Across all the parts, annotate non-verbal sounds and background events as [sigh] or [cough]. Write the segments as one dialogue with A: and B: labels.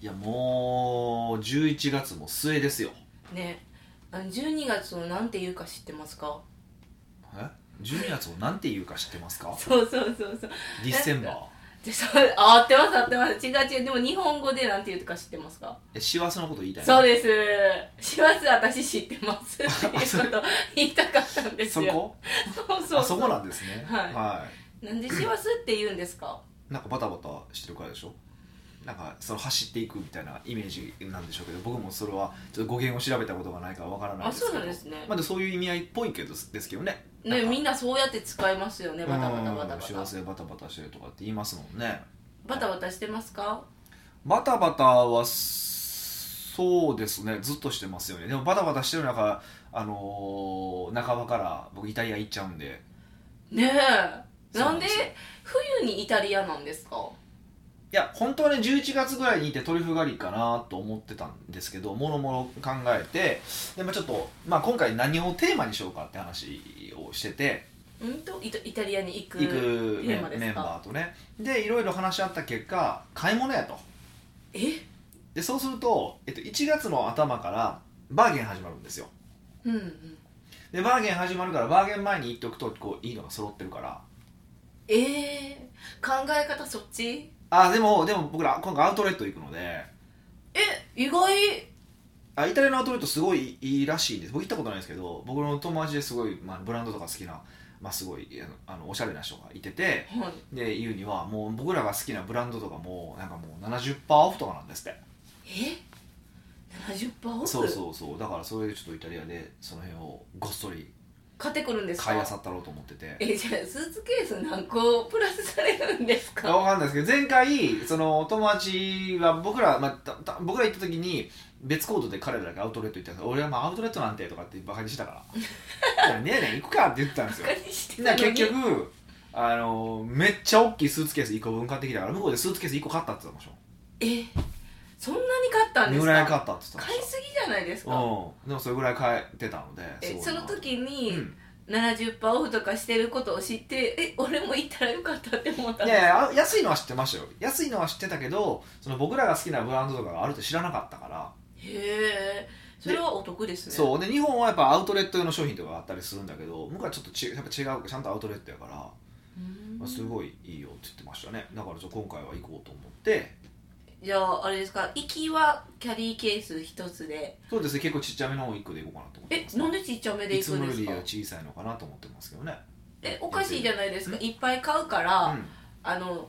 A: いやもう11月も末ですよ
B: ねあの12月をなんて言うか知ってますか
A: え12月をなんて言うか知ってます
B: [laughs]
A: か
B: そうそうそうそう
A: ディセンバー
B: でそうあ合ってます合ってます違う違うでも日本語でなんて言うか知ってますか
A: え師走のこと言いたいの
B: そうです師走私知ってますっていうことを言いたかったんです
A: そ
B: よ
A: こ
B: そこそう
A: あそこなんですね
B: はいなんで師走って言うんですか
A: いなんかバタバタしてるからでしょなんかその走っていくみたいなイメージなんでしょうけど僕もそれはちょっと語源を調べたことがないからわからない
B: あ
A: ですけど
B: そうなんですね
A: まあ、でもそういう意味合いっぽいけどですけどねなん
B: ね
A: か
B: みんなそうやって使いますよねバタバタバタ
A: うん
B: バ
A: 師
B: タ
A: 走でバタバタしてるとかって言いますもんね
B: バタバタしてますか
A: バタバタはそうですねずっとしてますよねでもバタバタしてる中、あのー半ばから僕イタリア行っちゃうんで
B: ねえ
A: そう
B: な
A: なん
B: ん
A: で
B: です
A: よ
B: 冬にイタリアなんですか
A: いや本当はね11月ぐらいに行ってトリュフ狩りかなと思ってたんですけどもろもろ考えてで、まあ、ちょっと、まあ、今回何をテーマにしようかって話をしてて
B: うんとイタイタリアに行く
A: 行く
B: テ
A: メ
B: ー
A: ン
B: マですか
A: メンバーとねでいろいろ話し合った結果買い物やと
B: え
A: でそうすると、えっと、1月の頭からバーゲン始まるんですよ
B: うんうん
A: でバーゲン始まるからバーゲン前に言っておくとこういいのが揃ってるから
B: えー、考え方そっち
A: あでもでも僕ら今回アウトレット行くので
B: え意外
A: あイタリアのアウトレットすごいいいらしいんです僕行ったことないんですけど僕の友達ですごい、まあ、ブランドとか好きな、まあ、すごいあのあのおしゃれな人がいてて
B: はい
A: で言うにはもう僕らが好きなブランドとかもなんかもう70%オフとかなんですって
B: え70%オフ
A: そうそうそうだからそれでちょっとイタリアでその辺をごっそり
B: 買ってくるんですか
A: 買いあさったろうと思ってて
B: えじゃあスーツケース何個プラスされるんです
A: あ
B: か
A: わかんないですけど前回その友達は僕ら、まあ、たた僕ら行った時に別行動で彼らがアウトレット行ったんです俺はまあアウトレットなんてとかってバカにしてたからい
B: [laughs]
A: や「ねえねえ行くか」って言ってたんですよ
B: バカにして
A: だ
B: た
A: か
B: の
A: ら
B: に
A: 結局あのめっちゃ大きいスーツケース1個分買ってきたから向こうでスーツケース1個買ったって言ってたので
B: えそんなに買ったん
A: し
B: で
A: ょぐ
B: すから
A: い買ったって言ってた
B: 買いすぎじゃないです
A: の
B: か
A: うんでもそれぐらい買えてたので
B: え
A: すご
B: そ
A: いな
B: の時
A: う
B: に
A: ん
B: 70%オフとかしてることを知ってえ俺も行ったらよかったって思った
A: い
B: ん
A: や
B: で
A: いやあ安いのは知ってましたよ安いのは知ってたけどその僕らが好きなブランドとかがあるって知らなかったから
B: すへえそれはお得ですね
A: そうで日本はやっぱアウトレット用の商品とかがあったりするんだけど向こうはちょっとちやっぱ違うちゃんとアウトレットやから、
B: うん
A: まあすごいいいよって言ってましたねだからちょっと今回は行こうと思って
B: じゃああれですか行きはキャリーケース一つで
A: そうですね結構ちっちゃめの方1個で行こうかなと思って
B: え
A: ます、
B: なんでちっちゃめで
A: い
B: 行
A: つ
B: く
A: も
B: ん
A: よ
B: です
A: り
B: か
A: は小さいのかなと思ってますけどね
B: えおかしいじゃないですか
A: う
B: いっぱい買うから、
A: うん
B: あの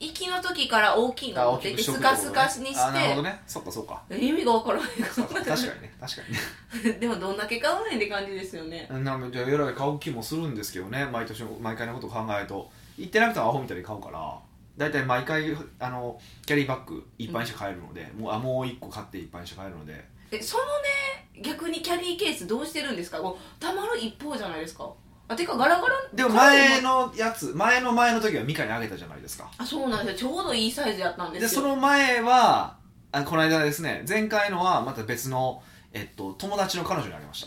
B: 行きの時から大きいのを持ってきて
A: 食
B: ス
A: ってこ
B: カ
A: とね
B: スカにして
A: あなるほどねそっかそっか
B: 意味が分からない
A: そっか確かにね確かにね
B: [laughs] でもどんだけ買うねんって感じですよね
A: なんかじゃあえらい買う気もするんですけどね毎年毎回のことを考えると行ってなくてもアホみたいに買うから大体毎回あのキャリーバッグいっぱいにして買えるので、もうあもう1個買っていっぱいにして買えるので
B: えそのね逆にキャリーケースどうしてるんですかこうたまる一方じゃないですかあてかガラガラ
A: でも前のやつ前の前の時はミカにあげたじゃないですか
B: あそうなんですよちょうどいいサイズやったんで
A: です
B: よ
A: その前はあこの間ですね前回のはまた別の、えっと、友達の彼女にあげまし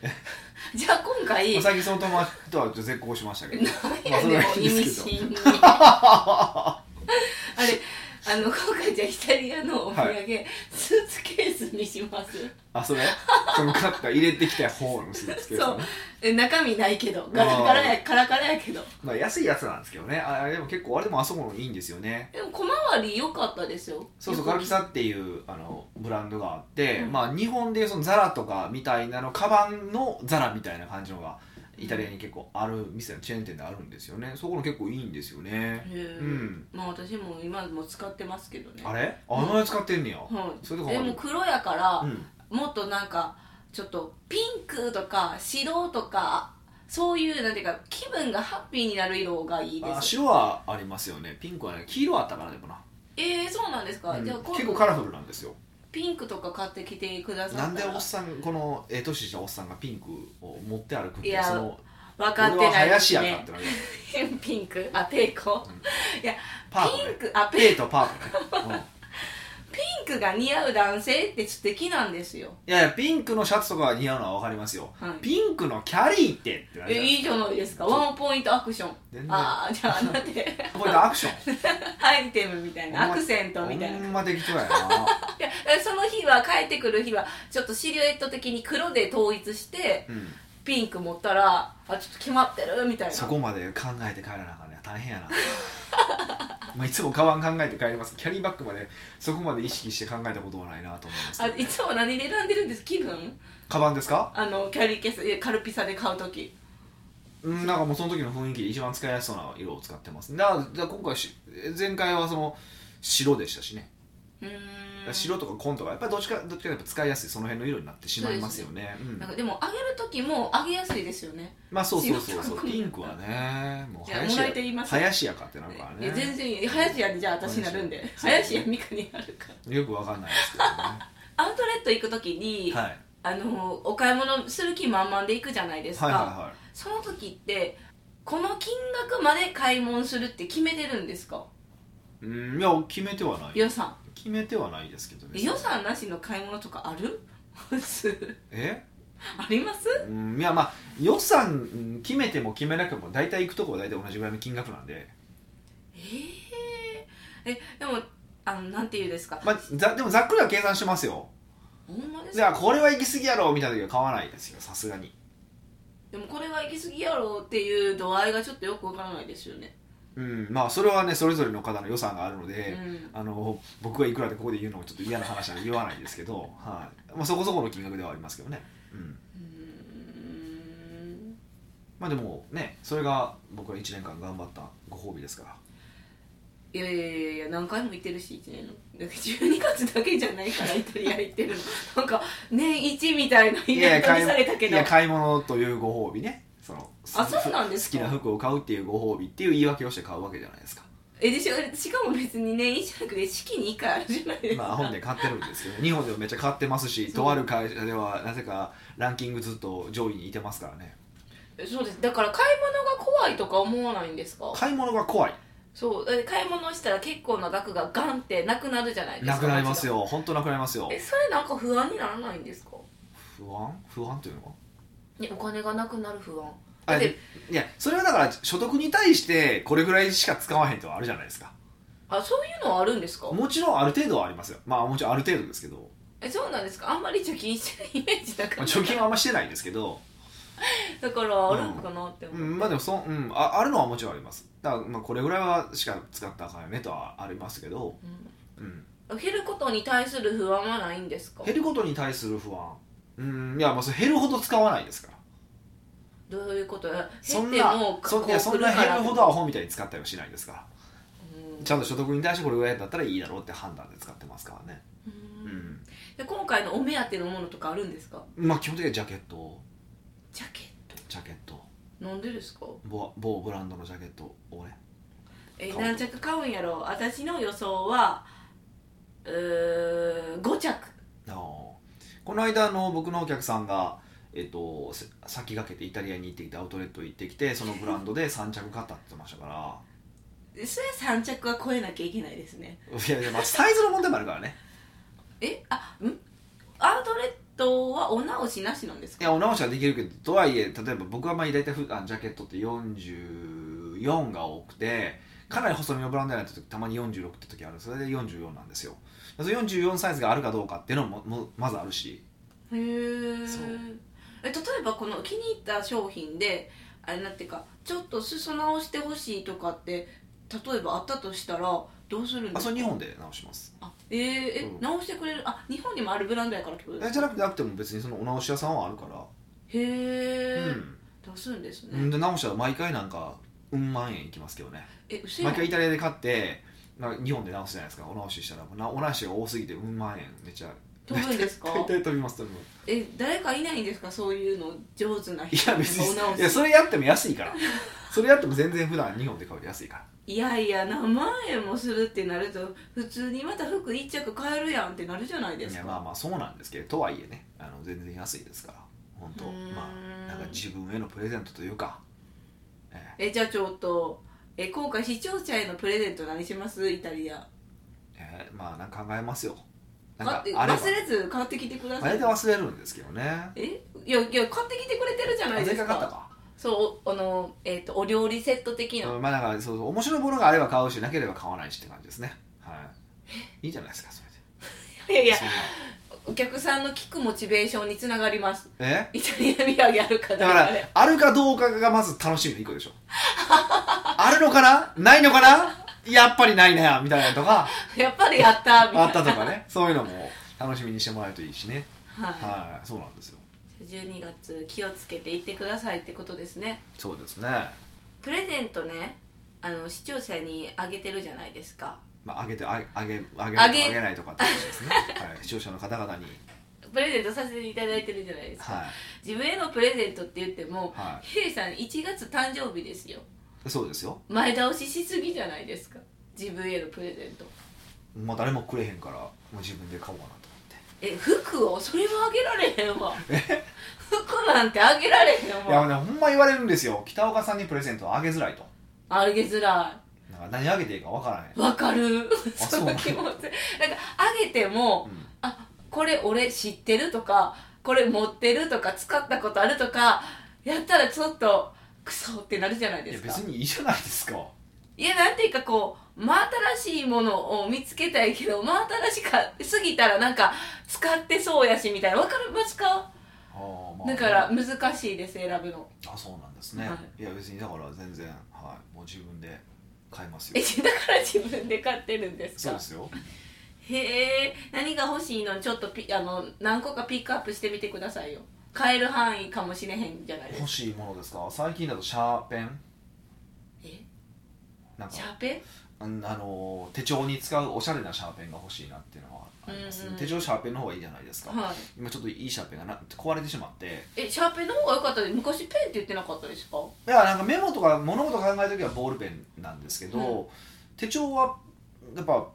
A: た、
B: じゃあ今回
A: まあ最近その友達とは絶交しましたけど
B: 何やねん、
A: まあそれはいい
B: 意
A: んで
B: 味
A: すけ
B: 深に
A: [laughs]
B: あれあの今回じゃあイタリアのお土産、スーツケースにします
A: あそれその買った入れてきた方のスーツケース
B: そう
A: ね、
B: え中身ないけどガラガラやカラカラやけど
A: まあ、安いやつなんですけどねあでも結構あれでもあそこのいいんですよね
B: でも小回り良かったですよ
A: そうそう
B: よ
A: ガ
B: く
A: ルピサっていうあのブランドがあって、
B: うん
A: まあ日本でいうそのザラとかみたいなのカバンのザラみたいな感じのがイタリアに結構ある店のチェーン店であるんですよねそこの結構いいんですよね
B: へえ
A: うん
B: まあ私も今も使ってますけどね
A: あれあのやつ買ってんねや、
B: は
A: それと
B: い、
A: か
B: でも黒やから、
A: うん
B: もっとなんかちょっとピンクとか白とかそういうなんていうか気分がハッピーになる色がいいで
A: あ
B: す
A: 白はありますよねピンクはね黄色あったからでもな、
B: えー、そうなんですか、
A: うん
B: じゃあ
A: 結
B: 今
A: 構
B: 度
A: カラフルなんですよ
B: ピンクとか買ってきてくださった
A: な
B: ら
A: んでおっさんこのええ年したおっさんがピンクを持って歩くってい
B: いうや
A: その
B: 分かっ
A: 俺
B: て
A: は
B: ない
A: 林やかってなる
B: ピンクあペイコ
A: うん
B: いや
A: パー
B: ピ
A: ト
B: ン
A: ね
B: クあペ
A: ペ
B: イ
A: イとパートね、うん
B: ピンンクが似合う男性って素敵なんですよ
A: いやいやピンクのシャツとかが似合うのは分かりますよ、
B: はい
A: ピンクのキャリーってってなる
B: え
A: じゃない
B: いいじゃないですかワンポイントアクション
A: 全然
B: ああじゃあなんで
A: これアクション
B: アイテムみたい
A: [laughs] ほん
B: な
A: ま
B: [laughs] アクセントみたいな
A: ほんま適当やな
B: いやその日は帰ってくる日はちょっとシルエット的に黒で統一して
A: うん
B: ピンク持ったらあちょっと決まってるみたいな
A: そこまで考えて帰らなあかんね大変やなまあいつもカバン考えて帰りますキャリーバッグまでそこまで意識して考えたことはないなと思います
B: あいつも何で選んでるんです気分
A: カバンですか
B: あのキャリーケースいやカルピサで買う時
A: うんなんかもうその時の雰囲気で一番使いやすそうな色を使ってますだからだから今回し前回はその白でしたしね
B: うー
A: だか
B: ん
A: ら白とか紺とかやっぱりどっちかどっちかというとやっぱ使いやすいその辺の色になってしまいますよねうん
B: なんかでもあげる時もあげやすいですよね
A: まあそうそうそう
B: 白
A: そ
B: と
A: う
B: か
A: ピンクはねもう
B: いや
A: 林
B: もらえ
A: や
B: ています
A: 林やかってなるから
B: い
A: ね
B: や全然いい林家でじゃあ私になるんで林
A: 林
B: 家美香になるから
A: よくわかんないですけどね
B: アウトレット行く時に、
A: はい
B: あのお買い物する気満々で行くじゃないですか、
A: はいは
B: その時ってこの金額まで買い物するって決めてるんですか
A: いはいうんいや決めてはない
B: 予算
A: 決めてはないですけどね
B: 予算なしの買い物とかある [laughs] 普通
A: え
B: あります
A: うんいやまあ予算うん決めても決めなくても大体行くとこは大体同じぐらいの金額なんで、
B: えー、えでもあのなんて言うんですか
A: まあ、ざでもざっくりは計算しますよ
B: ほんまです
A: じゃあ
B: か
A: これは行き過ぎやろみたいな時は買わないですよさすがに
B: でもこれは行き過ぎやろっていう度合いがちょっとよくわからないですよね、
A: うんまあそれはねそれぞれの方の予算があるので、
B: うん
A: あの僕がいくらでここで言うのもちょっと嫌な話なんで言わないですけど、はいまあ、そこそこの金額ではありますけどね、うん、
B: うーん
A: まあでもねそれが僕が1年間頑張ったご褒美ですから
B: いやいやいやいや何回も行ってるし1年のだから12月だけじゃないからイタリア行ってるのなんか年1みたいなイベントにされたけ
A: い
B: ど
A: や買い物というご褒美ねその
B: あそうなんですか
A: 好きな服を買うっていうご褒美っていう言い訳をして買うわけじゃないですか
B: えでしょしかも別に年1じゃなくて四季に1回あるじゃないですか、
A: まあ本で買ってるんですけど日本でもめっちゃ買ってますし
B: そう
A: とある会社ではなぜかランキングずっと上位にいてますからね
B: そうですだから買い物が怖いとか思わないんですか
A: 買い物が怖い
B: そうだって買い物したら結構な額がガンってなくなるじゃないですか
A: なくなりますよ本当なくなりますよ
B: えそれなんか不安にならないんですか
A: 不安不安というのはい
B: やお金がなくなる不安だ
A: あ
B: って
A: いやそれはだから所得に対してこれぐらいしか使わへんとはあるじゃないですか
B: あそういうのはあるんですか
A: もちろんある程度はありますよまあもちろんある程度ですけ
B: [laughs]
A: ど、
B: えそうなんですかあんまり貯金してないイメージだ
A: ま
B: から
A: あ、貯金はあんましてないですけど
B: だからあるんかなって思
A: う
B: う、
A: ん、まあでもそ、うん、ああるのはもちろんありますだからまあこれぐらいはしか使ったらあかんよねとはありますけど、うん、
B: うん減ることに対する不安はないんですか
A: 減ることに対する不安うんいやまあそれ減るほど使わないですから
B: どういうこと減って
A: そ
B: も
A: んな
B: こ
A: そういやそんな
B: 来るから
A: 減るほどアホみたいに使ったりはしないですから
B: うん
A: ちゃんと所得に対してこれぐらいだったらいいだろうって判断で使ってますからね、
B: うん
A: うん
B: で今回のお目当てのものとかあるんですか
A: まあ基本的にはジャケット
B: ジャケッ
A: ジャケット
B: トなんでですか
A: 某某ブランドのジャケットをね
B: え
A: 買おうと
B: 何着買うんやろ私の予想はうー5着
A: あのこの間あの僕のお客さんが、えっとせ先駆けてイタリアに行ってきてアウトレット行ってきてそのブランドで3着買ったって言ってましたから
B: それ3着は超えなきゃいけないですね
A: いやいや、まあ、サイズの問題もあるからね
B: えあんアウトレットはお直しなしなんです
A: い
B: か
A: やお直しはできるけどとはいえ例えば僕はまあ大体ふあのジャケットって44が多くてかなり細身のブランドやないとたまに46って時あるそれで44なんですよその44サイズがあるかどうかっていうのももまずあるし
B: へー
A: そう
B: え例えばこの気に入った商品であれなんていうかちょっと裾直してほしいとかって例えばあったとしたらどうするんで
A: あ
B: す
A: そ
B: か
A: れ日本で直します
B: あえーえ、
A: うん
B: 直してくれるあ日本にもあるブランドやからってことです
A: えじゃなくてなくても別にそのお直し屋さんはあるから
B: へえ、
A: うん
B: 出すんですね、
A: うんで直したら毎回なんかうん万円いきますけどね
B: え嘘や
A: 毎
B: ん
A: 回イタリアで買ってな日本で直すじゃないですかお直ししたらなお直しが多すぎてうん万円めっちゃ
B: 飛ぶんですか
A: [laughs] 大体飛びます飛びま
B: え誰かいないんですかそういうの上手な
A: すい
B: 人
A: や別
B: お直
A: にい
B: し
A: やそれやっても安いからそれやっても全然普段日本で買うより安いから
B: いやいや何万円もするってなると普通にまた服1着買えるやんってなるじゃないで
A: い
B: す
A: や
B: か
A: まあまあそうなんですけどとはいえねあの全然安いですから本当
B: うーん
A: まあなんか自分へのプレゼントというか、え
B: えじゃあちょっとえ今回視聴者へのプレゼント何しますイタリア
A: えええまあなんか考えますよなん
B: 買っ
A: か
B: て
A: あれば
B: 忘れず買ってきてくだ
A: あ
B: さ
A: れ
B: い
A: で忘れるんですけどね
B: えいやいや買ってきてくれてるじゃないで
A: 全
B: す
A: か
B: か
A: かったか
B: そうあのえっ、とお料理セット的な、
A: うんまあなんかそうそう面白いものがあれば買うしなければ買わないしって感じですねはいいいじゃないですかそれで
B: いやいや
A: そんな
B: お客さんの聞くモチベーションにつながります
A: [laughs] え
B: イタリア土産あるか
A: だ
B: どう
A: か
B: からで
A: あるかどうかがまず楽しみの一個でしょあるのかなないのかなやっぱりないなみたいなのとか
B: [laughs] やっぱりやった [laughs] みたいな
A: あったとかねそういうのも楽しみにしてもらえるといいしね
B: は
A: はいそうなんですよ
B: い、12月気をつけて行ってくださいってことですね
A: そうですね
B: プレゼントねあの視聴者にあげてるじゃないですか
A: まあ、あげてああげあげ
B: あ
A: あ
B: げ
A: げないとかって話
B: [laughs]
A: ですね、はい、視聴者の方々に
B: プレゼントさせていただいてるじゃないですか、
A: は
B: 自分へのプレゼントって言っても
A: い、は
B: ヒデさん1月誕生日ですよ
A: い、そうですよ
B: 前倒ししすぎじゃないですか自分へのプレゼント
A: もう誰もくれへんからもう自分で買おうかなと
B: え服をそれもあげられへんわ服なんてあげられへ
A: 思
B: んわ
A: っていやほんま言われるんですよ北岡さんにプレゼントあげづらいと
B: あげづら
A: なんか何あげていいかわからへん
B: いわかる
A: あ
B: その気持ち
A: そう
B: なんかあげても
A: うん
B: あこれ俺知ってるとかこれ持ってるとか使ったことあるとかやったらちょっとクソってなるじゃない
A: い
B: で
A: や
B: すか
A: 別にいいじゃないですか
B: いやなんていうかこう真新しいものを見つけたいけど真新しかすぎたらなんか使ってそうやしみたいなわかりますか
A: あー、まあ、
B: だから難しいです選ぶの
A: あそうなんですね、、
B: はい
A: や別にだから全然、はい、もう自分で買います
B: え
A: よ
B: だから自分で買ってるんです
A: そう
B: か
A: ですよ
B: へえ何が欲しいのにちょっとピあの何個かピックアップしてみてくださいよ買える範囲かもしれへんじゃないです
A: 欲
B: か
A: しいものですか最近だとシャーペン
B: え
A: なんか
B: シャーペン
A: うんあのー手帳に使うおしゃれなシャーペンが欲しいなっていうのはありますね、
B: うんうん
A: 手帳シャーペンの方がいいじゃないですか、
B: はい
A: 今ちょっといいシャーペンがな壊れてしまって
B: えシャーペンの方が良かったです昔ペンって言ってなかったですか
A: いやなんかメモとか物事考える時はボールペンなんですけど、
B: う
A: 手帳はやっぱ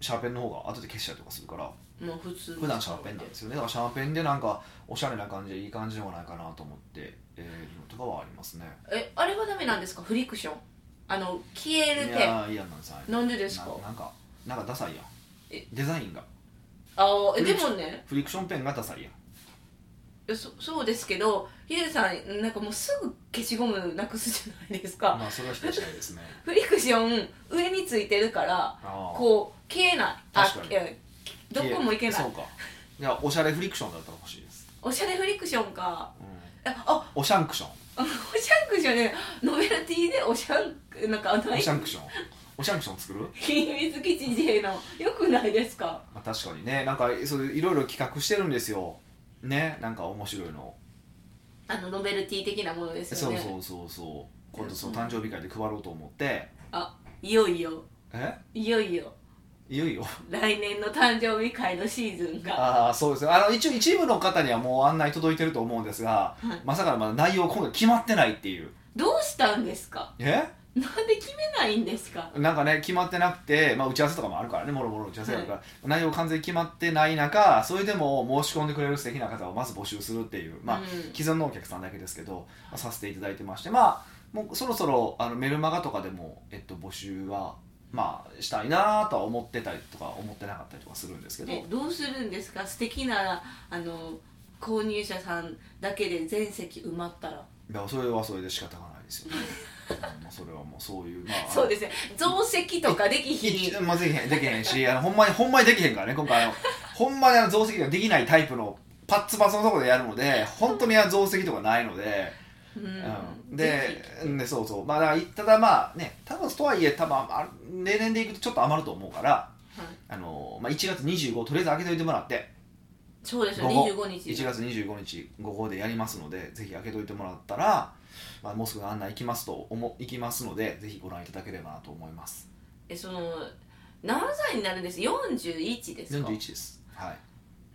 A: シャーペンの方が後で消したりとかするから
B: もう普通
A: 普段シャーペンなんですよねだからシャーペンでなんかおしゃれな感じでいい感じでもないかなと思って、えー、のとかはありますね
B: えあれはダメなんですかフリクションあの消える
A: い
B: ペ
A: やー嫌なんですあ
B: ン
A: れ
B: なんでですか
A: ななんかなんかダサいやん
B: え
A: デザインが
B: あーえ
A: フ
B: で
A: リクシ
B: も
A: ョ
B: ね
A: フリクションペンがダサいやん
B: えそそうですけどヒデさんなんかもうすぐ消しゴムなくすじゃないですか、
A: まあそれは否定しない
B: [laughs]
A: ですね
B: フリクション上についてるから
A: あー
B: こう消えないあ
A: 確かに
B: えどこも行けな
A: そ
B: いう
A: かいやおしゃれフリクションだったら欲しいです、
B: おしゃれフリクションか
A: うん、
B: えあ
A: おシャンクション
B: あのおしゃんくじゃねノベルティでおしゃんくなんかな
A: お
B: い
A: シャンクションおシャンクション作る、
B: 秘密基地 J のよくないですか
A: まあ、確かにねなんかそういういろいろ企画してるんですよねなんか面白いの、
B: あのノベルティ的なものです
A: そ
B: よ
A: う
B: ね
A: そうそうそう今度そう
B: うん
A: 誕生日会で配ろうと思って
B: あいよいよ
A: え
B: いよいよ
A: いよいよ
B: 来年の誕生日会のシーズンが
A: ああそうですねあの一応一部の方にはもう案内届いてると思うんですが、
B: はい
A: まさかまだ内容今回決まってないっていう
B: どうしたんですか
A: え
B: なんで決めないんですか
A: なんかね決まってなくて、まあ、打ち合わせとかもあるからねもろもろ打ち合わせがあるから、内容完全に決まってない中それでも申し込んでくれる素敵な方をまず募集するっていう、まあ
B: うん
A: 既存のお客さんだけですけど、まあさせていただいてましてまあもうそろそろあのメルマガとかでも、えっと、募集は、まあ、したいなとは思ってたりとか思ってなかったりとかするんですけど
B: えどうするんですか素敵なあの購入者さんだけで全席埋まったら
A: いやそれはそれで仕方がないですよね [laughs] うんまあそれはもうそういうまあ
B: そうですね増席とかできひん
A: まあ、できへんできへんしあのほんまにほんまにできへんからね今回あのほんまにあの増席ができないタイプのパッツパツのところでやるので本当にあの増席とかないので、
B: う
A: うんん、
B: ぜ
A: でうんでそうそうまあだからただまあね多分とはいえ多分あ例年でいくとちょっと余ると思うから
B: ひはい
A: あの、まあ、1月25とりあえず開けておいてもらって
B: そうですよ
A: 午後
B: 25日
A: 1月25日午後でやりますのでぜひ開けておいてもらったら、まあ、もうすぐ案内行きますと思行きますのでぜひご覧いただければなと思います
B: えその何歳になるんです41ですか
A: 41ですはい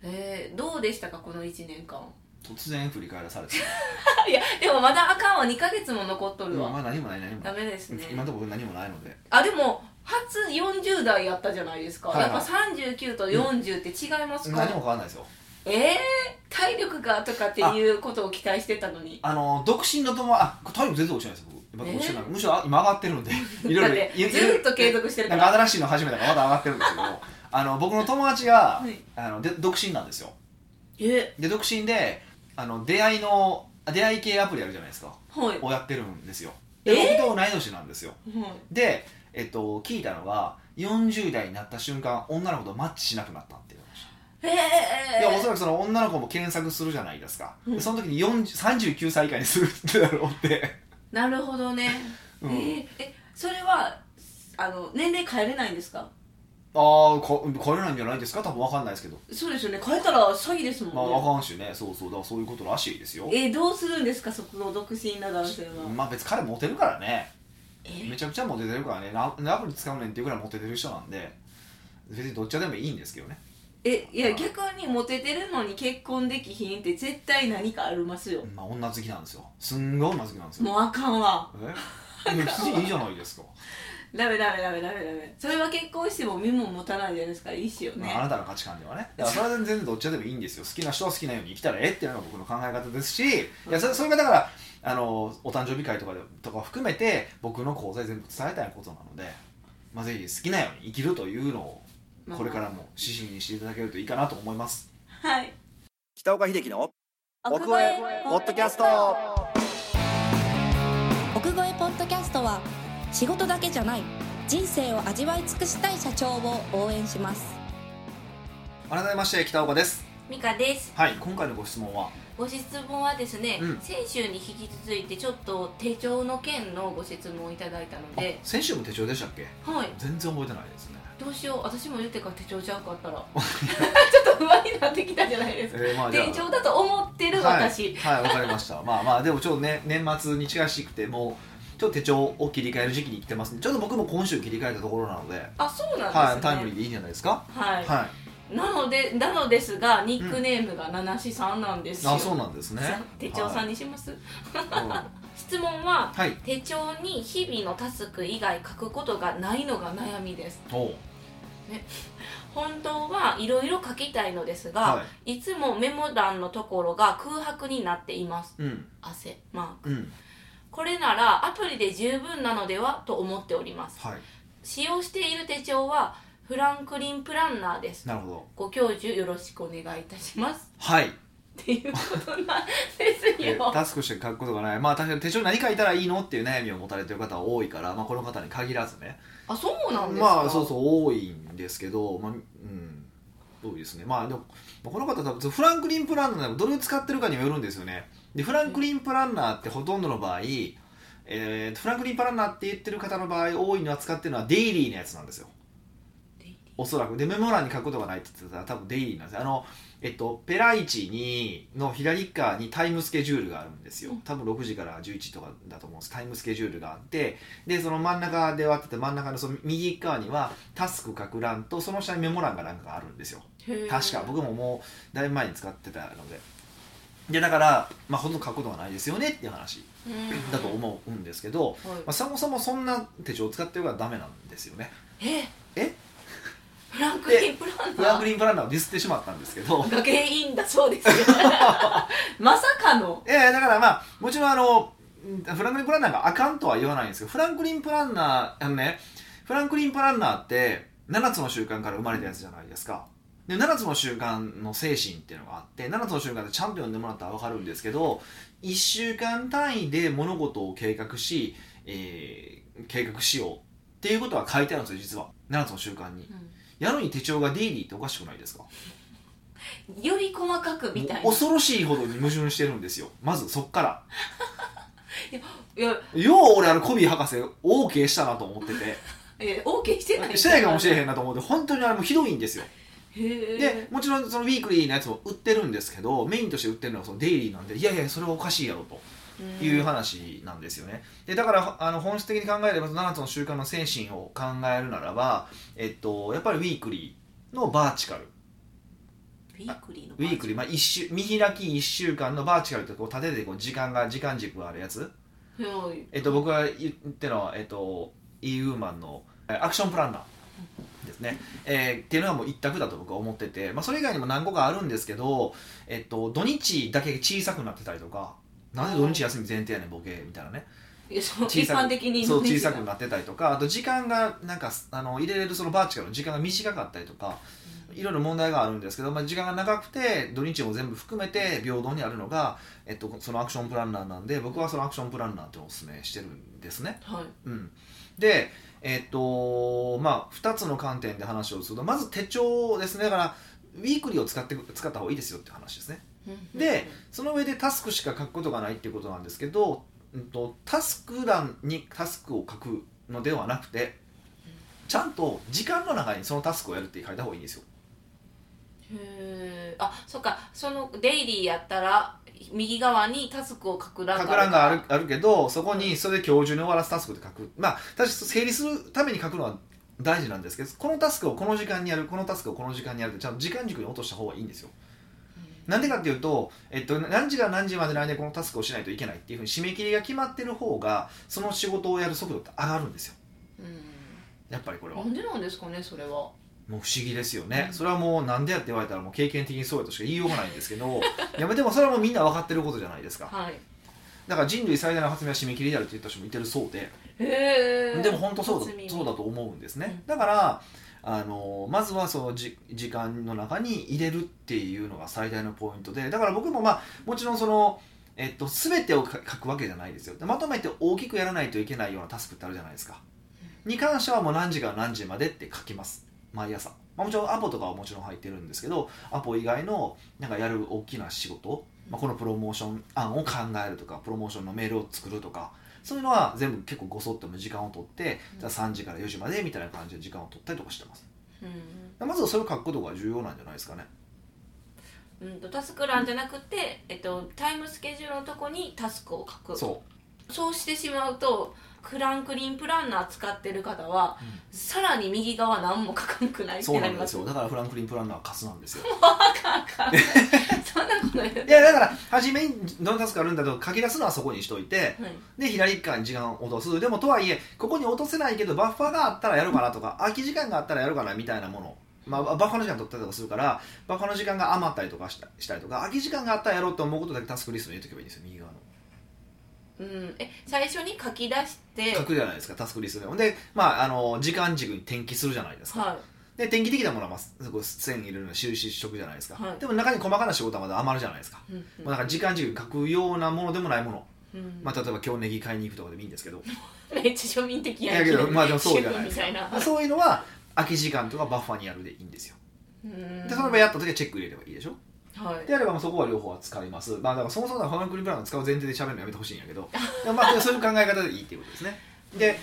B: えーどうでしたかこの1年間
A: 突然振り返らされて
B: いやでもまだあかんわ2ヶ月も残っとる
A: ま
B: わ、
A: あ何もない何もな
B: ダ
A: い
B: メですね
A: 今のところ何もないので
B: あでも初40代やったじゃないですか、
A: はいはい
B: やっぱ39と40って違いますか、
A: 何も変わらないですよ
B: えー、体力がとかっていうことを期待してたのに
A: あの独身の友あ体力全然落ちないです僕やっぱ落ちてない
B: [laughs]
A: むしろあ今上がってるのでいろいろ
B: だってずっと継続してるか
A: なん
B: ら [laughs]
A: か新しいの始めたからまだ上がってるんですけどあの僕の友達が、
B: はい
A: あので独身なんですよ
B: え
A: で独身であの出会いの出会い系アプリあるじゃないですか
B: はい
A: をやってるんですよで
B: え
A: 僕と同い年なんですよ
B: はい
A: で、えっと、聞いたのが40代になった瞬間女の子とマッチしなくなったっていう話
B: え
A: い
B: え
A: やおそらくその女の子も検索するじゃないですか、
B: うん
A: その時に40 39歳以下にするってだろうって、
B: なるほどね、
A: うん
B: えーえそれはあの年齢変えれないんですか
A: ああこ変えれないんじゃないですか多分わかんないですけどそう
B: そうですよね変えたら詐欺ですもんね、
A: まあわかんしねそうそうだからそういうことらしいですよ
B: えーどうするんですかそこの独身な男性は、
A: まあ別に彼モテるからね
B: え
A: めちゃくちゃモテてるからねララブに使うねんっていうぐらいモテてる人なんで別にどっちでもいいんですけどね
B: えいや逆にモテてるのに結婚できひんって絶対何かありますよ
A: まあ女好きなんですよすんごい女好きなんですよ
B: もうあかんわ
A: えいや別にいいじゃないですか、
B: ダメダメダメダメダメそれは結婚しても身も持たないじゃないですかいいっすよね、
A: まあ、あなたの価値観ではねだからそれは全然どっちでもいいんですよ好きな人は好きなように生きたらええっていうのが僕の考え方ですしいやそれそれがだからあのお誕生日会とかでとか含めて僕の講座で全部伝えたいことなので、まあ、ぜひ好きなように生きるというのを
B: まあ
A: これからも指針にしていただけるといいかなと思います
B: はい
A: 北岡秀樹の
C: 奥越えポッドキャスト
D: 奥越えポッドキャストは仕事だけじゃない人生を味わい尽くしたい社長を応援します
A: 改めまして北岡です
E: ミカです
A: はい今回のご質問は
E: ご質問はですね、
A: うん
E: 先週に引き続いてちょっと手帳の件のご質問をいただいたので
A: あ先週も手帳でしたっけ
E: はい
A: 全然覚えてないですね
E: どうしよう私も言ってから手帳ちゃうかった
A: [laughs]
E: らちょっと不安になってきたじゃないですか
A: えーまあじゃあ
E: 手帳だと思ってる私、
A: はい、はい、わかりました。 [laughs] まあまあ、でもちょっとね、年末に近しくて、もう、ちょっと手帳を切り替える時期に来てますんでちょっと僕も今週切り替えたところなので、
E: あそうな
A: は
E: ん
A: い、
E: ですね
A: タイムリーでいいんじゃないですか。
E: は
A: はいい。
E: なのでなのですがニックネームが七四三なんですよ、
A: あ、そうなんですね
E: さ。手帳さん
A: に。
E: にします、
A: うん
E: 質問は
A: はい。
E: 手帳に日々のタスク以外書くことがないのが悩みです
A: おう
E: 本当はいろいろ書きたいのですが、、
A: はい
E: つもメモ欄のところが空白になっています
A: い。うん。
E: 汗まあ
A: うん。
E: これならアプリで十分なのではと思っております
A: はい。
E: 使用している手帳はフランクリンプランナーです
A: なるほど。
E: ご教授よろしくお願いいたします
A: はい。
E: っていうことなんです
A: え
E: よ
A: タスクして書くことがない。まあ、確かに手帳に何書いたらいいのっていう悩みを持たれてる方は多いから、まあ、この方に限らずね。
E: あそうなんですか
A: まあそうそう多いんですけど、まあうん、多いですねまあでもまあこの方多分フランクリンプランナーでもどれを使ってるかにもよるんですよねでフランクリンプランナーってほとんどの場合、えーとフランクリンプランナーって言ってる方の場合多いのは使ってるのはデイリーのやつなんですよ
E: デイリ
A: おそらくでメモ欄に書くことがないって言ってたら多分デイリーなんですよあのえっと、ペライチにの左側にタイムスケジュールがあるんですよ多分6時から11時とかだと思うんですタイムスケジュールがあってでその真ん中で割ってて真ん中のその右側にはタスク書く欄とその下にメモ欄がなんかがあるんですよ
E: へー
A: 確か僕ももうだいぶ前に使ってたのででだから、まあ、ほとんど書くことがないですよねっていう話
E: うん
A: だと思うんですけど、
E: はい
A: まあ、そもそもそんな手帳を使ってるからダメなんですよね
E: え
A: え
E: フランクリンプラン
A: フラ
E: ナ
A: ンク
E: ー
A: リンプランナーをディスってしまったんですけど
E: が原因だそう
A: [laughs]
E: ですよまさかの
A: ええだからまあもちろんあのうんフランクリンプランナーがあかんとは言わないんですけどフランクリンプランナーあのねフランクリンプランナーって7つの習慣から生まれたやつじゃないですかで7つの習慣の精神っていうのがあって7つの習慣ってちゃんと読んでもらったら分かるんですけど1週間単位で物事を計画し、えー計画しようっていうことは書いてあるんですよ実は7つの習慣にやのに手帳がデイリーっておかしくないですか
E: より細かくみたい
A: も
E: な
A: う恐ろしいほどに矛盾してるんですよまずそっから
E: いや
A: よう俺あのコビー博士 OK したなと思って [laughs] て
E: えー、OK してない
A: してないかもしれ
E: ん
A: へんなと思って本当にあれもひどいんですよ
E: へえ
A: でもちろんそのウィークリーのやつも売ってるんですけどメインとして売ってるのはそのデイリーなんでいやいやそれはおかしいやろという話なんですよねでだからあの本質的に考えれば7つの習慣の精神を考えるならば、えっと、やっぱりウィークリーのバーチカル
E: ウィークリーの
A: ウィークリー、まあ、一週見開き1週間のバーチカルってこう縦でこう時間が時間軸があるやつ、
E: ーはい
A: えっと、僕が言ってるのは、えっと、e ウーマンのえアクションプランナーですね、えーっていうのはもう一択だと僕は思ってて、まあ、それ以外にも何個かあるんですけど、えっと、土日だけ小さくなってたりとかなんで土日休み前提やねんボケみたいなね
B: いやその
A: 小
B: 一
A: さく
B: 般的に
A: そう
B: イメー
A: 小
B: ジ
A: さ
B: が
A: くなってたりとかあと時間がなんかあの入れれるそのバーチカルの時間が短かったりとかいろいろ問題があるんですけど、まあ、時間が長くて土日も全部含めて平等にあるのが、えっと、そのアクションプランナーなんで僕はそのアクションプランナーっておすすめしてるんですね。
B: はい
A: うん、で、えっとまあ、2つの観点で話をするとまず手帳ですねだからウィークリーを使って使った方がいいですよって話ですね。
B: うん
A: でその上でタスクしか書くことがないっていうことなんですけど、うん、とタスク欄にタスクを書くのではなくてちゃんと時間の中にそのタスクをやるって書いた方がいいんですよ
B: へーあそっかそのデイリーやったら右側にタスクを書く欄
A: 書
B: が
A: く欄があるあるけどそこにそれで今日中に終わらすタスクって書くまあ確かに整理するために書くのは大事なんですけどこのタスクをこの時間にやるこのタスクをこの時間にやるってちゃんと時間軸に落とした方がいいんですよなんでかっていうと、えっと、何時から何時までの間にこのタスクをしないといけないっていうふうに締め切りが決まってる方がその仕事をやる速度って上がるんですよ
B: うん
A: やっぱりこれは
B: なんでなんですかねそれは
A: もう不思議ですよね、それはもうなんでやって言われたらもう経験的にそうやとしか言いようがないんですけど [laughs] いやでもそれはもうみんな分かってることじゃないですか
B: はい
A: だから人類最大の発明は締め切りであるって言った人もいてるそうで、
B: へえ
A: でも本当そうだ
B: 初耳
A: そうだと思うんですね、
B: う
A: だからあのまずはそのじ時間の中に入れるっていうのが最大のポイントでだから僕もまあもちろんそのえっと、全てをか書くわけじゃないですよでまとめて大きくやらないといけないようなタスクってあるじゃないですかに関してはもう何時から何時までって書きます毎朝、まあ、もちろんアポとかはもちろん入ってるんですけどアポ以外のなんかやる大きな仕事、まあ、このプロモーション案を考えるとかプロモーションのメールを作るとかそういうのは全部結構ごそっとも時間を取って、じゃあ3時から4時までみたいな感じで時間を取ったりとかしてます
B: うん
A: まずはそれを書くことが重要なんじゃないですかね
B: うんとタスク欄じゃなくて、えっと、タイムスケジュールのとこにタスクを書く
A: そう
B: そうしてしまうとクランクリンプランナー使ってる方は、
A: う
B: さらに右側何も書かんくないっ
A: そう
B: て
A: な
B: なんり
A: で
B: ますす
A: よだからフランクリン・プランナーはカスなんですよ [laughs]
B: そんなことない
A: いやだから初めにどのタスクあるんだと書き出すのはそこにしといて
B: はい
A: で左側に時間を落とすでもとはいえここに落とせないけどバッファーがあったらやるかなとか空き時間があったらやるかなみたいなもの、まあ、ババッファーの時間取ったりとかするからバッファーの時間が余ったりとかしたしたりとか空き時間があったらやろうと思うことだけタスクリストに入れておけばいいんですよ右側の
B: うん、え最初に書き出して
A: 書くじゃないですかタスクリストでほんで、まあ、あの時間軸に転記するじゃないですか
B: は
A: で転記できたものはまあそこ線入れるのは印しとくじゃないですか、
B: はい
A: でも中に細かな仕事はまだ余るじゃないですか、
B: い、うん
A: まあ、だから時間軸に書くようなものでもないもの、
B: うん
A: まあ、例えば今日ネギ買いに行くとかでもいいんですけ
B: [laughs]
A: ど
B: めっちゃ庶民的
A: い
B: や
A: やけどまあでもそうじゃないです
B: 主婦みたいな
A: かそういうのは空き時間とかバッファーにやるでいいんですよ
B: うん
A: でその場合やった時はチェック入れればいいでしょ
B: はい
A: であればもうそこは両方は使いますまあだからそもそもファンクリプランを使う前提で喋るのやめてほしいんやけ
B: [laughs]
A: どでもまあそういう考え方でいいっていうことですねで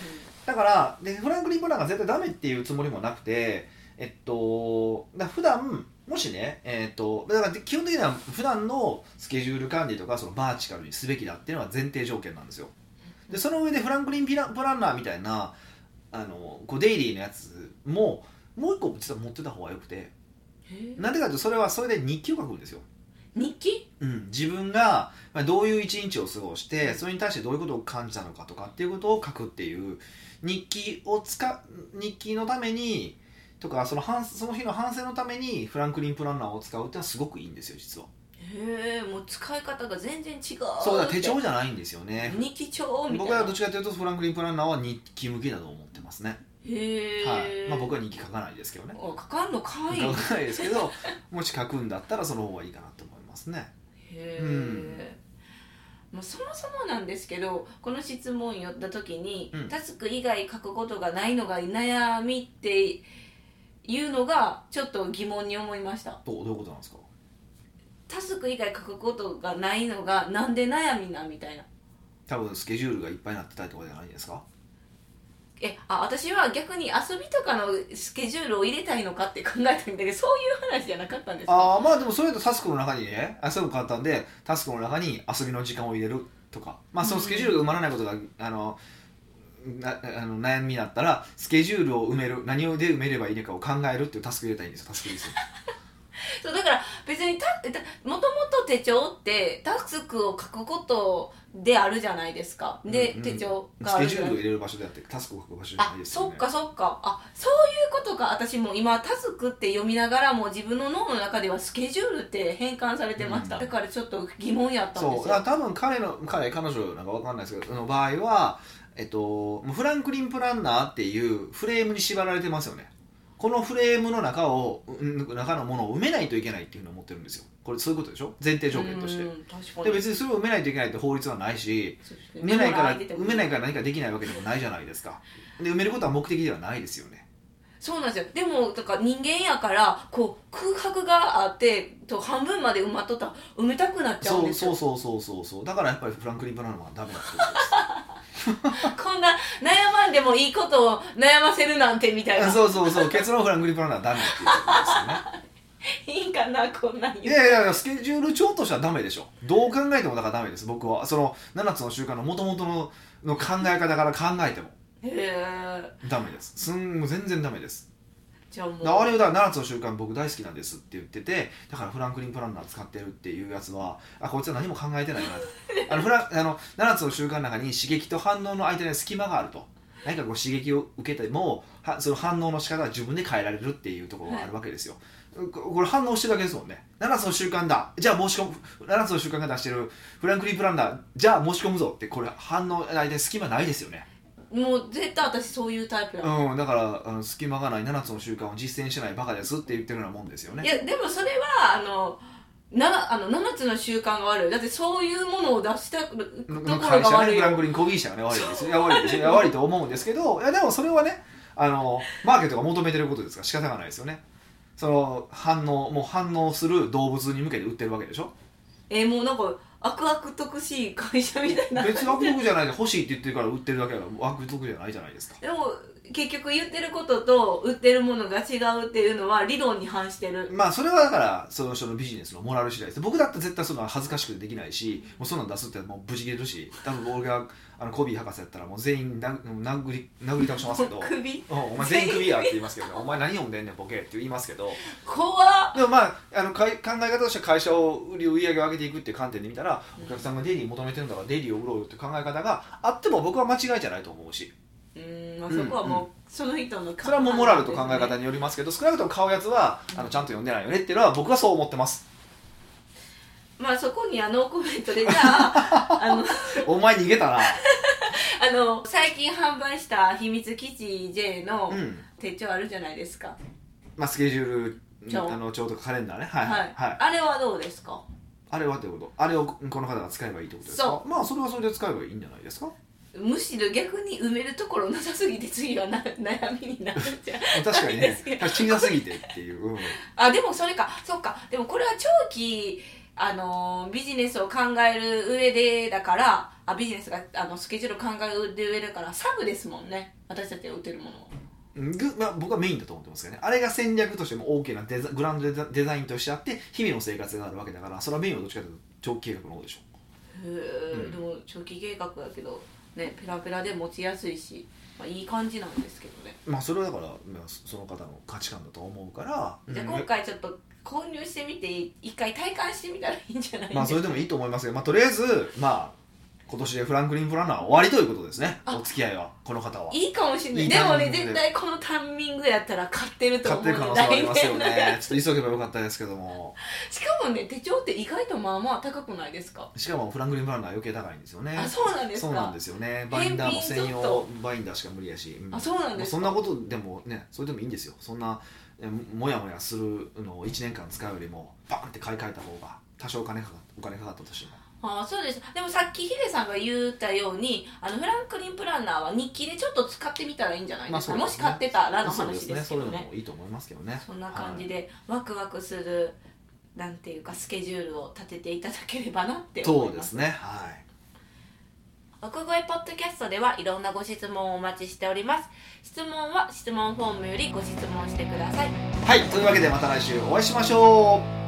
A: だからでフランクリン・ブランが絶対ダメっていうつもりもなくてえっとだから普段もしねえっとだから基本的には普段のスケジュール管理とかそのバーチカルにすべきだっていうのは前提条件なんですよでその上でフランクリン・ブランブランナーみたいなあのこうデイリーのやつももう一個実は持ってた方がよくて
B: え
A: なんでかというとそれはそれで日記を書くんですよ
B: 日記
A: うん、自分がまあどういう一日を過ごしてそれに対してどういうことを感じたのかとかっていうことを書くっていう日記を使う日記のためにとかその反その日の反省のためにフランクリン・プランナーを使うっていうのはすごくいいんですよ実は
B: へえもう使い方が全然違う
A: そうだ手帳
B: って
A: じゃないんですよね
B: 日記帳みたい
A: 僕
B: な
A: はどっちかというとフランクリン・プランナーは日記向きだと思ってますね、
B: へえ、
A: はいまあ、僕は日記書かないですけどね
B: おかかんのかい
A: 書かないですけどもし書くんだったらその方がいいかなと思いますね
B: へ
A: うん
B: え、もうそもそもなんですけどこの質問寄った時に、
A: うん
B: タスク以外書くことがないのが悩みっていうのがちょっと疑問に思いました
A: どうどういうことなんですか
B: タスク以外書くことがないのがなんで悩みなんみたいな
A: 多分スケジュールがいっぱいになってたりとかじゃないですか
B: えあ私は逆に遊びとかのスケジュールを入れたいのかって考えたんだけどそういう話じゃなかったんですか
A: ああまあでもそれとタスクの中にねあそういうの簡単でタスクの中に遊びの時間を入れるとかまあそのスケジュールが埋まらないことが、あのなあの悩みだったらスケジュールを埋める何をで埋めればいいのかを考えるっていうタスク入れたらいいんですよタスクリス
B: [laughs]
A: トに
B: そうだから別にたたもともと手帳ってタスクを書くことであるじゃないですかで、
A: うんうん
B: 手帳が
A: ス
B: あ
A: ケ
B: る
A: ジ
B: じ
A: ュ
B: ゃ
A: ー
B: な
A: ルを
B: い
A: 入れる場所であってタスクを書く場所じゃな
B: あ
A: いですよ
B: そ
A: ね
B: っかそっかあそういうことか私も今タスクって読みながらも自分の脳の中ではスケジュールって変換されてました、
A: うん
B: だからちょっと疑問やったんで
A: そう
B: す
A: だから
B: よ
A: 多分彼の彼彼女なんかわかんないですけどの場合は、えっと、フランクリン・プランナーっていうフレームに縛られてますよねこのフレームの中をうん中のものを埋めないといけないっていうふうに思ってるんですよこれそういうことでしょ前提条件として
B: うん確か
A: で
B: に
A: 別にそれを埋めないといけないって法律はないし埋めないから埋めないから何かできないわけでもないじゃないですかで埋めることは目的ではないですよね
B: そうなんですよでもだから人間やからこう空白があってと半分まで埋まっとったら埋めたくなっちゃうん
A: そう
B: です
A: そ
B: よ
A: うそうそうそうそうだからやっぱりフランクリン・プランナーはダメだってことです
B: [laughs] こんな悩まんでもいいことを悩ませるなんてみたいな
A: そうそうそう結論フランクリン・プランナーはダメっていうことですよね
B: いいんかなこんなん
A: い
B: 言う
A: やいやいやスケジュール帳としてはダメでしょどう考えてもだからダメです僕はその7つの習慣の元々のの考え方から考えても
B: へー
A: ダメですすんもう全然ダメです
B: じゃあもう
A: だからあれをだから7つの習慣僕大好きなんですって言っててだからフランクリン・プランナー使ってるっていうやつはあこいつは何も考えてないなとあのフランあの7つの習慣の中に刺激と反応の間に隙間があると何かこう刺激を受けてもはその反応の仕方は自分で変えられるっていうところがあるわけですよ、ここれ反応してるだけですもんね7つの習慣だじゃあ申し込む7つの習慣が出してるフランクリン・プランナーじゃあ申し込むぞってこれ反応の間に隙間ないですよね
B: もう絶対私そういうタイプや、
A: うんだからあの隙間がない7つの習慣を実践してないバカですって言ってるようなもんですよね
B: いやでもそれはあのなあの7つの習慣が悪いだってそういうものを出したとこ
A: の
B: ろ
A: の
B: が
A: 会社
B: 悪
A: ね
B: い
A: フラン
B: よ
A: クリン・コビー社がね悪いですよいや悪いですよいや悪いと思うんですけどいやでもそれはねあのマーケットが求めてることですから仕方がないですよねその反応もう反応する動物に向けて売ってるわけでしょ
B: えもうなんか悪々とくしい会社みたいな
A: 別に悪徳じゃないで欲しいって言ってるから売ってるだけだから悪徳じゃないじゃないですか
B: でも結局言ってることと売ってるものが違うっていうのは理論に反してる
A: まあそれはだからその人のビジネスのモラル次第です僕だったら絶対そんな恥ずかしくてできないしもうそんなん出すってもう無事切れるし多分俺があのコビー博士やったらもう全員殴殴り殴り倒しますけど
B: 首
A: うんお前全員クビやって言いますけど [laughs] ね、お前何読んでんねんボケって言いますけど
B: 怖っ
A: でもまああのかい考え方としては会社を売り売り上げを上げていくっていう観点で見たらお客さんがデイリー求めてるんだからデイリーを売ろうよって考え方があっても僕は間違いじゃないと思うし
B: うーん、まあ、そこはもう、その人の考え
A: それはもうモラルと考え
B: です
A: 方
B: ね
A: によりますけど少なくとも買うやつはあのちゃんと読んでないよねっていうのは僕はそう思ってます
B: まあそこにあのコメント
A: [laughs]
B: でじゃああの
A: お前逃げた [laughs] な
B: あの最近販売した秘密基地 J の
A: うん
B: 手帳あるじゃないですか、
A: まあスケジュール
B: 帳
A: あのちょうどカレンダーねはいはい、は
B: は
A: いい、
B: あれはどうですか
A: あれはってことあれをこの方が使えばいいってことですか
B: そ
A: まあそれはそれで使えばいいんじ [laughs] ゃないですか
B: むしろ逆に埋めるところなさすぎて次はな悩みになるんじゃん
A: 確かに
B: ないで
A: ね
B: すけど
A: 小さすぎてっていう、うん
B: あでもそれかそっかでもこれは長期あのービジネスを考える上でだからあビジネスがあのスケジュールを考える上だからサブですもんね私たちが打てるものは
A: ぐまあ、僕はメインだと思ってますけどねあれが戦略としても大きなデザグランドデザデザインとしてあって日々の生活があるわけだからそれはメインはどっちかというと長期計画の方でしょ
B: へえ、
A: うん
B: でも長期計画だけどねペラペラで持ちやすいし、まあ、いい感じなんですけどね、
A: まあそれはだから、まあ、そその方の価値観だと思うから、
B: じゃあ
A: うん
B: 今回ちょっと購入してみて一回体感してみたらいいんじゃないですか、
A: まあそれでもいいと思いますけど、まあ、とりあえずまあ今年でフランクリン・プランナーは終わりということですねお付き合いはこの方はい
B: いかもしれない
A: いい
B: でも
A: タイミン
B: ね
A: グで
B: 絶対このタイミングやったら買ってると
A: 買
B: 思
A: ってる
B: う
A: 可能性はありますよ
B: 来年の
A: ねちょっと急げばよかったですけども
B: しかもね手帳って意外とまあまあ高くないですか、
A: しかもフランクリン・プランナーは余計高いんですよね
B: あそうなんですか
A: そうなんですよねバインダーも専
B: 返品ちょ
A: 用バインダーしか無理やし、うん
B: あそうなんですか
A: そんなことでもねそれでもいいんですよそんなえもやもやするのを1年間使うよりもバーンって買い替えた方が多少お金かかお金かかったとしても
B: ああそうですでもさっきヒデさんが言ったようにあのフランクリン・プランナーは日記でちょっと使ってみたらいいんじゃないですか、
A: まあそう
B: も
A: です
B: し
A: ね
B: 買ってたらの
A: そう
B: 話ですけ
A: そういう
B: ど
A: の
B: ね
A: もいいと思いますけどね
B: そんな感じ
A: はい
B: でワクワクするなんていうかスケジュールを立てていただければなって思
A: そう
B: い
A: で
B: ますす
A: ねはい
B: 奥越ポッドキャストではいろんなご質問をお待ちしております質問は質問フォームよりご質問してください
A: はいというわけでまた来週お会いしましょう